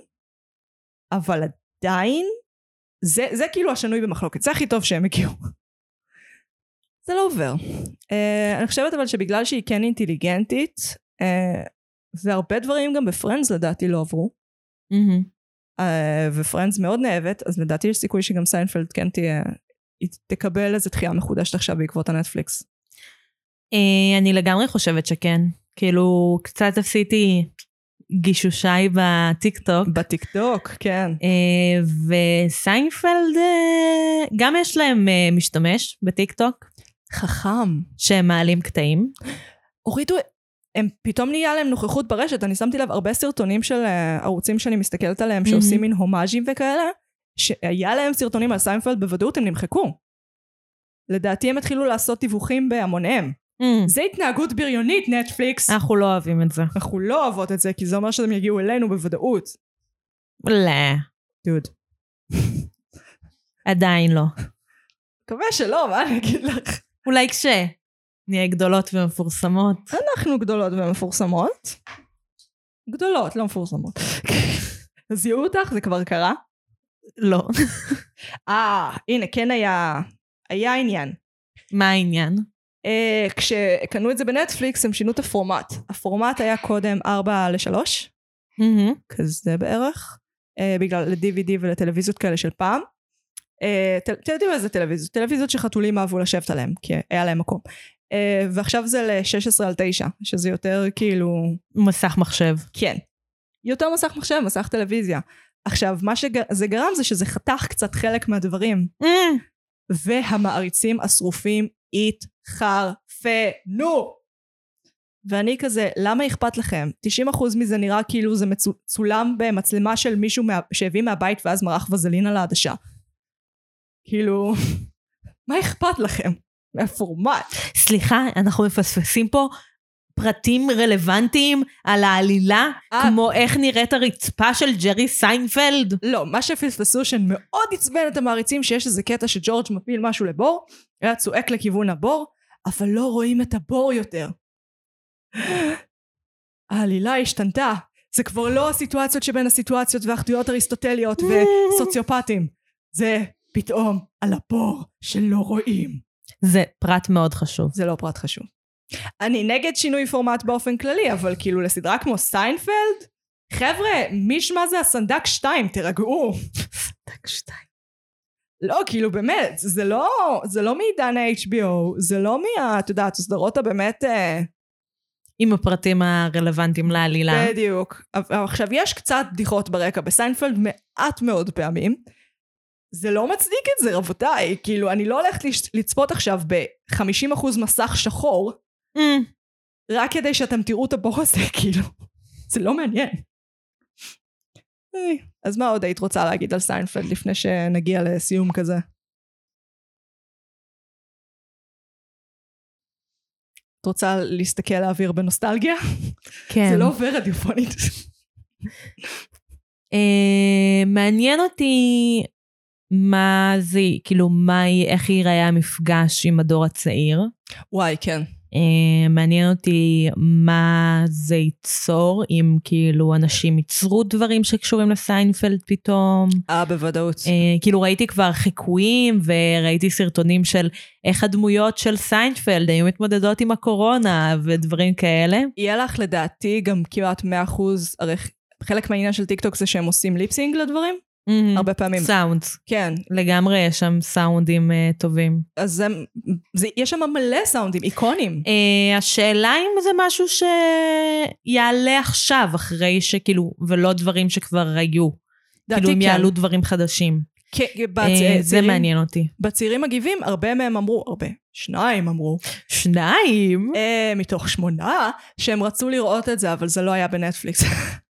אבל עדיין, זה, זה כאילו השנוי במחלוקת, זה הכי טוב שהם הגיעו. זה לא עובר. אה, אני חושבת אבל שבגלל שהיא כן אינטליגנטית, אה, והרבה דברים גם בפרנדס לדעתי לא עברו,
מהמם.
אה, ופרנדס מאוד נאהבת, אז לדעתי יש סיכוי שגם סיינפלד כן תהיה, היא תקבל איזה דחייה מחודשת עכשיו בעקבות הנטפליקס.
אה, אני לגמרי חושבת שכן. כאילו, קצת עשיתי גישושיי בטיקטוק.
אוקיי. בטיקטוק, כן.
אה, וסיינפלד, אה, גם יש להם אה, משתמש בטיקטוק,
חכם.
שהם מעלים קטעים.
הורידו, הם פתאום נהיה להם נוכחות ברשת, אני שמתי לב הרבה סרטונים של אה, ערוצים שאני מסתכלת עליהם, שעושים מין הומאז'ים וכאלה, שהיה להם סרטונים על סיינפלד בוודאות, הם נמחקו. לדעתי הם התחילו לעשות דיווחים בהמוניהם.
Mm.
זה התנהגות בריונית, נטפליקס.
אנחנו לא אוהבים את זה.
אנחנו לא אוהבות את זה, כי זה אומר שהם יגיעו אלינו בוודאות.
לא,
דוד.
עדיין לא.
מקווה שלא, מה אני אגיד לך?
אולי כש... נהיה גדולות ומפורסמות.
אנחנו גדולות ומפורסמות. גדולות, לא [LAUGHS] מפורסמות. זיהו אותך? זה כבר קרה?
לא.
אה, הנה, כן היה, היה עניין.
מה העניין?
אה, כשקנו את זה בנטפליקס, הם שינו את הפורמט. הפורמט היה קודם 4 ל-3, כזה בערך, אה, בגלל ל-DVD ולטלוויזיות כאלה של פעם. אה, טל- אתם יודעים איזה טלוויזיות? טלוויזיות שחתולים אהבו לשבת עליהם, כי היה להם מקום. אה, ועכשיו זה ל-16 על 9, שזה יותר כאילו...
מסך מחשב.
כן. יותר מסך מחשב, מסך טלוויזיה. עכשיו, מה שזה גרם זה שזה חתך קצת חלק מהדברים, והמעריצים השרופים התחרפנו. ואני כזה, למה אכפת לכם? 90% מזה נראה כאילו זה מצו- צולם במצלמה של מישהו מה... שהביא מהבית ואז מרח וזלין על העדשה. כאילו, [LAUGHS] מה אכפת לכם? מהפורמט.
סליחה, אנחנו מפספסים פה פרטים רלוונטיים על העלילה,
אה.
כמו איך נראית הרצפה של ג'רי סיינפלד.
לא, מה שפספסו שמאוד עצבן את המעריצים שיש איזה קטע שג'ורג' מפיל משהו לבור, היה צועק לכיוון הבור, אבל לא רואים את הבור יותר. העלילה השתנתה. זה כבר לא הסיטואציות שבין הסיטואציות והאחדויות אריסטוטליות וסוציופטים. זה פתאום על הבור שלא רואים.
זה פרט מאוד חשוב.
זה לא פרט חשוב. אני נגד שינוי פורמט באופן כללי, אבל כאילו לסדרה כמו סיינפלד, חבר'ה, מי שמע זה הסנדק 2, תירגעו.
סנדק שתיים.
לא, כאילו באמת, זה לא, זה לא מעידן ה-HBO, זה לא מה, את יודעת, הסדרות הבאמת... אה,
עם הפרטים הרלוונטיים לעלילה.
בדיוק. אבל- אבל עכשיו, יש קצת בדיחות ברקע בסיינפלד, מעט מאוד פעמים. זה לא מצדיק את זה, רבותיי. כאילו, אני לא הולכת לש- לצפות עכשיו ב-50% מסך שחור,
Mm.
רק כדי שאתם תראו את הבור הזה, [LAUGHS] כאילו. זה לא מעניין. היי, אז מה עוד היית רוצה להגיד על סיינפלד לפני שנגיע לסיום כזה? את רוצה להסתכל לאוויר בנוסטלגיה? [LAUGHS]
כן.
זה לא עובר רדיופונית. [LAUGHS]
אה, מעניין אותי מה זה, כאילו, מה, יהיה- איך ייראה המפגש עם הדור הצעיר.
וואי, כן.
אה, מעניין אותי מה זה ייצור, אם כאילו אנשים ייצרו דברים שקשורים לסיינפלד פתאום.
אה, בוודאות.
אה, כאילו ראיתי כבר חיקויים וראיתי סרטונים של איך הדמויות של סיינפלד היו מתמודדות עם הקורונה ודברים כאלה.
יהיה לך לדעתי גם כמעט 100 אחוז, הרי חלק מהעניין של טיקטוק זה שהם עושים ליפסינג לדברים,
Mm.
הרבה פעמים.
סאונדס.
כן,
לגמרי יש שם סאונדים אה, טובים.
אז זה- זה- יש שם מלא סאונדים, איקונים.
אה, השאלה אם זה משהו שיעלה עכשיו, אחרי שכאילו, ולא דברים שכבר היו.
דעתי
כאילו אם
כן.
יעלו דברים חדשים.
כן, בצ-
אה, זה
צעירים-
מעניין אותי.
בצעירים מגיבים, הרבה מהם אמרו, הרבה, שניים
[LAUGHS]
אמרו,
שניים?
אה, מתוך שמונה, שהם רצו לראות את זה, אבל זה לא היה בנטפליקס. [LAUGHS]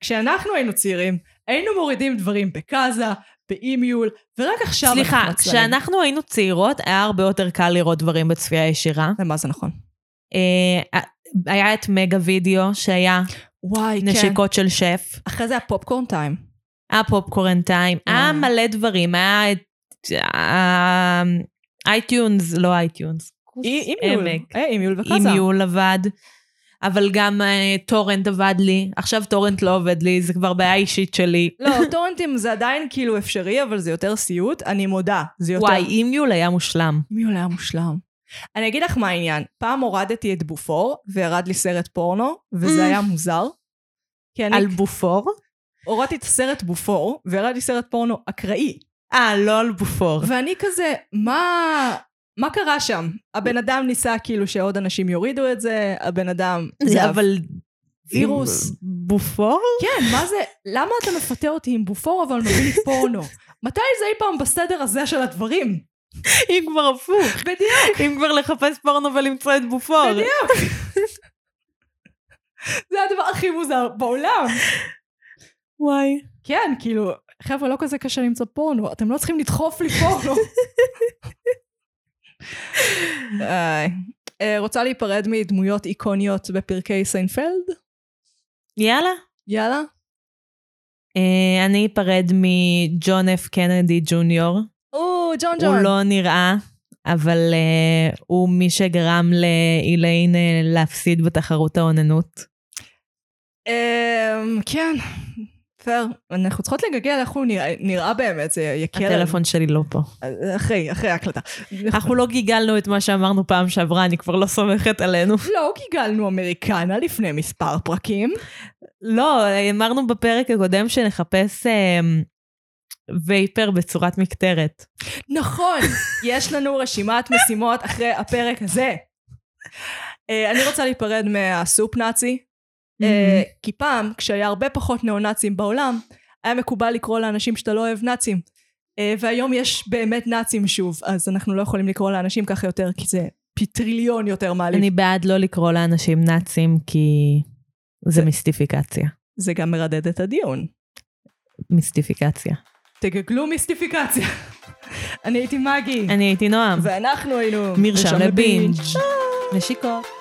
כשאנחנו היינו צעירים, היינו מורידים דברים בקאזה, באימיול, ורק עכשיו
סליחה,
אנחנו מצלמים.
כשאנחנו היינו צעירות היה הרבה יותר קל לראות דברים בצפייה ישירה.
למה זה נכון?
אה, היה את מגה וידאו שהיה
כן. וואי,
נשיקות של שף,
אחרי זה הפופקורן טיים.
היה פופקורן טיים, היה
וואו.
מלא דברים, היה את אה, אייטיונס, לא אייטיונס,
אי- אימיול.
עמק.
אה, אימיול וקאזה.
אימיול עבד, אבל גם אה, טורנט עבד לי, עכשיו טורנט לא עובד לי, זה כבר בעיה אישית שלי. [LAUGHS]
לא, טורנטים זה עדיין כאילו אפשרי, אבל זה יותר סיוט, אני מודה. זה יותר...
וואי, אימיול היה מושלם.
אימיול היה מושלם. אני אגיד לך מה העניין. פעם הורדתי את בופור, וירד לי סרט פורנו, וזה
Mm.
היה מוזר. כי אני
על בופור?
הורדתי את הסרט בופור, וירד לי סרט פורנו אקראי.
אה, לא על בופור.
ואני כזה, מה... מה קרה שם? הבן אדם ניסה כאילו שעוד אנשים יורידו את זה, הבן אדם...
זה
זה
אבל...
וירוס.
בופור?
כן, מה זה, למה אתה מפתה אותי עם בופור אבל מביא לי
[LAUGHS]
פורנו? מתי זה אי פעם בסדר הזה של הדברים?
אם כבר הפוך.
בדיוק,
אם כבר לחפש פורנו ולמצוא את בופור.
בדיוק. [LAUGHS] זה הדבר הכי מוזר בעולם.
וואי.
כן, כאילו, חבר'ה, לא כזה קשה למצוא פורנו, אתם לא צריכים לדחוף לי פורנו. איי. אה, רוצה להיפרד מדמויות איקוניות בפרקי סיינפלד?
יאללה.
יאללה.
אה, אני אפרד מג'ון אף קנדי ג'וניור.
או, ג'ון
הוא
ג'ון.
לא נראה, אבל אה, הוא מי שגרם לאיליין אה, להפסיד בתחרות האוננות.
אמ, כן, פייר. אנחנו צריכות לגגל איך הוא נראה- נראה באמת, זה יקל. על-
הטלפון שלי לא פה.
אחרי, אחרי
[LAUGHS]
ההקלטה.
אנחנו לא גיגלנו את מה שאמרנו פעם שעברה, אני כבר לא סומכת עלינו.
לא גיגלנו אמריקנה לפני מספר פרקים.
לא, אמרנו בפרק הקודם שנחפש אמ, וייפר בצורת מקטרת.
נכון, יש לנו רשימת משימות אחרי הפרק הזה. אה, אני רוצה להיפרד מהסופ נאצי, אה, כי פעם, כשהיה הרבה פחות ניאו-נאצים בעולם, היה מקובל לקרוא לאנשים שאתה לא אוהב נאצים. אה, והיום יש באמת נאצים שוב, אז אנחנו לא יכולים לקרוא לאנשים ככה יותר, כי זה פטריליון יותר מעליב.
אני בעד לא לקרוא לאנשים נאצים, כי זה מיסטיפיקציה.
זה גם מרדד את הדיון.
מיסטיפיקציה.
תגגלו מיסטיפיקציה. [LAUGHS] אני הייתי מגי,
אני הייתי נועם.
ואנחנו היינו...
מרשם לבינג'.
לבינג'.
נשיקות.